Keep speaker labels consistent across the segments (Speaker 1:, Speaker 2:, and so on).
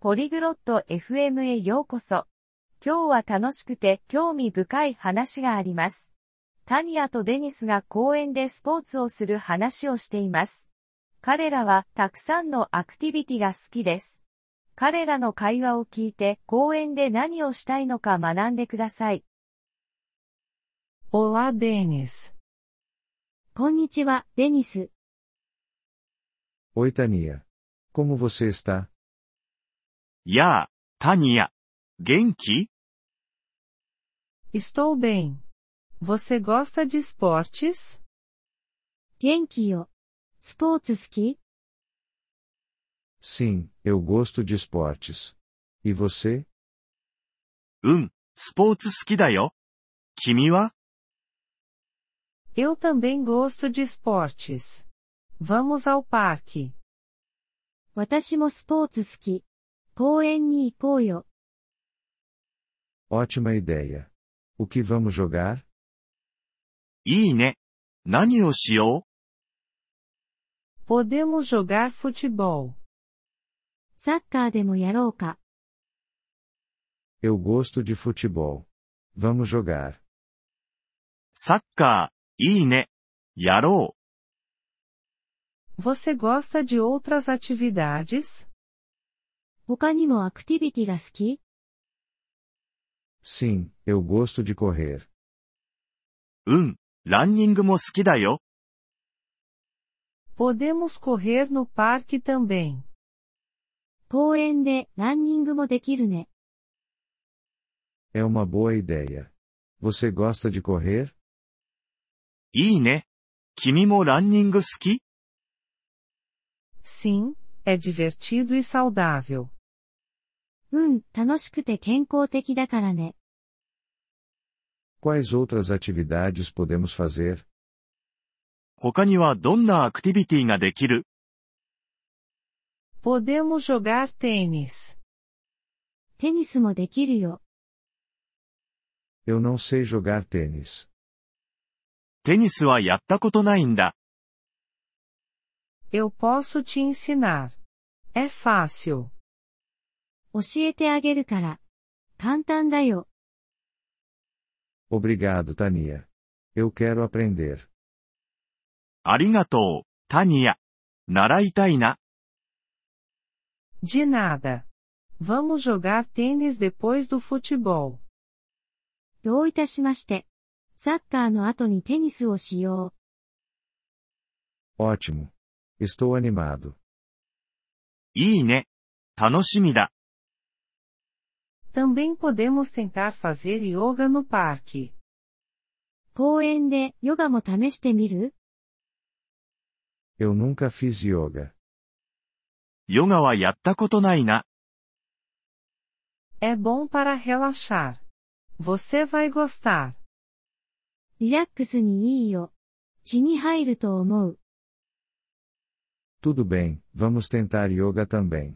Speaker 1: ポリグロット FM へようこそ。今日は楽しくて興味深い話があります。タニアとデニスが公園でスポーツをする話をしています。彼らはたくさんのアクティビティが好きです。彼らの会話を聞いて公園で何をしたいのか学んでください。
Speaker 2: Olá, Denis.
Speaker 1: こんにちは、デニス。
Speaker 3: Oi, Tania. Como você está?
Speaker 4: やあ、タニア。元気
Speaker 2: Estou bem. Você gosta de esportes?
Speaker 1: 元気よ。スポーツ好き
Speaker 3: Sim, eu gosto de esportes. E você?
Speaker 4: うん、スポーツ好きだよ。君は
Speaker 2: Eu também gosto de esportes. Vamos ao parque.
Speaker 1: 私もスポーツ好き。公園に行こうよ。
Speaker 3: Ótima ideia. O que vamos jogar?
Speaker 4: いいね。何をしよ
Speaker 2: Podemos jogar futebol.
Speaker 1: サッカーでもやろうか。
Speaker 3: Eu gosto de futebol. Vamos jogar.
Speaker 4: うサッカー、いいね。やろ
Speaker 2: Você gosta de outras atividades?
Speaker 1: 他にもアクティビティが好き
Speaker 3: Sim, eu gosto de correr.
Speaker 4: う。うん、ランニングも好きだよ。
Speaker 2: Podemos correr no parque também.
Speaker 1: 公園でランニングもできるね。
Speaker 3: É uma boa ideia. Você gosta de correr?
Speaker 4: いいね。君もランニング好き
Speaker 2: Sim, é divertido e saudável.
Speaker 1: うん、楽しくて健康的だからね。
Speaker 3: Quais outras atividades podemos fazer?
Speaker 4: 他にはどんなアクティビティができる
Speaker 2: Podemos jogar tênis.
Speaker 1: テニスもできるよ。
Speaker 3: Eu não sei jogar tênis.
Speaker 4: テニスはやったことないんだ。
Speaker 2: Eu posso te ensinar. É fácil.
Speaker 1: 教えてあげるから。簡単だよ。
Speaker 3: Obrigado, Tania. Eu quero aprender.
Speaker 4: ありがとう、タニア。習いたいな。
Speaker 2: De nada. Vamos jogar tênis depois do futebol.
Speaker 1: どういたしまして。サッカーの後にテニスをしよ
Speaker 3: Ótimo. Estou animado.
Speaker 4: いいね。楽しみだ。
Speaker 2: Também podemos tentar fazer yoga no parque.
Speaker 1: う。公園でヨガも試してみる
Speaker 3: Eu nunca fiz yoga.
Speaker 4: ヨガはやったことないな。
Speaker 2: É bom para relaxar. Você vai gostar.
Speaker 1: リラックスにいいよ。気に入ると思う。
Speaker 3: Tudo bem, vamos tentar yoga também.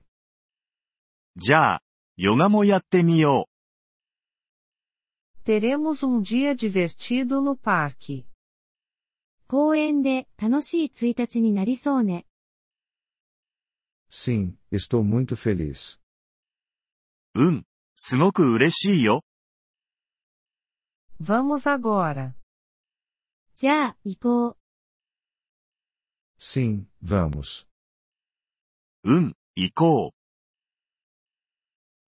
Speaker 4: じゃあ、ヨガもやってみよ
Speaker 2: Teremos um dia divertido no parque.
Speaker 1: 公園で楽しい1日になりそうね。
Speaker 3: Sim, estou muito feliz.
Speaker 4: う。うん、すごく嬉しいよ。
Speaker 2: Vamos agora.
Speaker 1: じゃあ、行こう。
Speaker 3: Sim, vamos.
Speaker 4: うん、行こ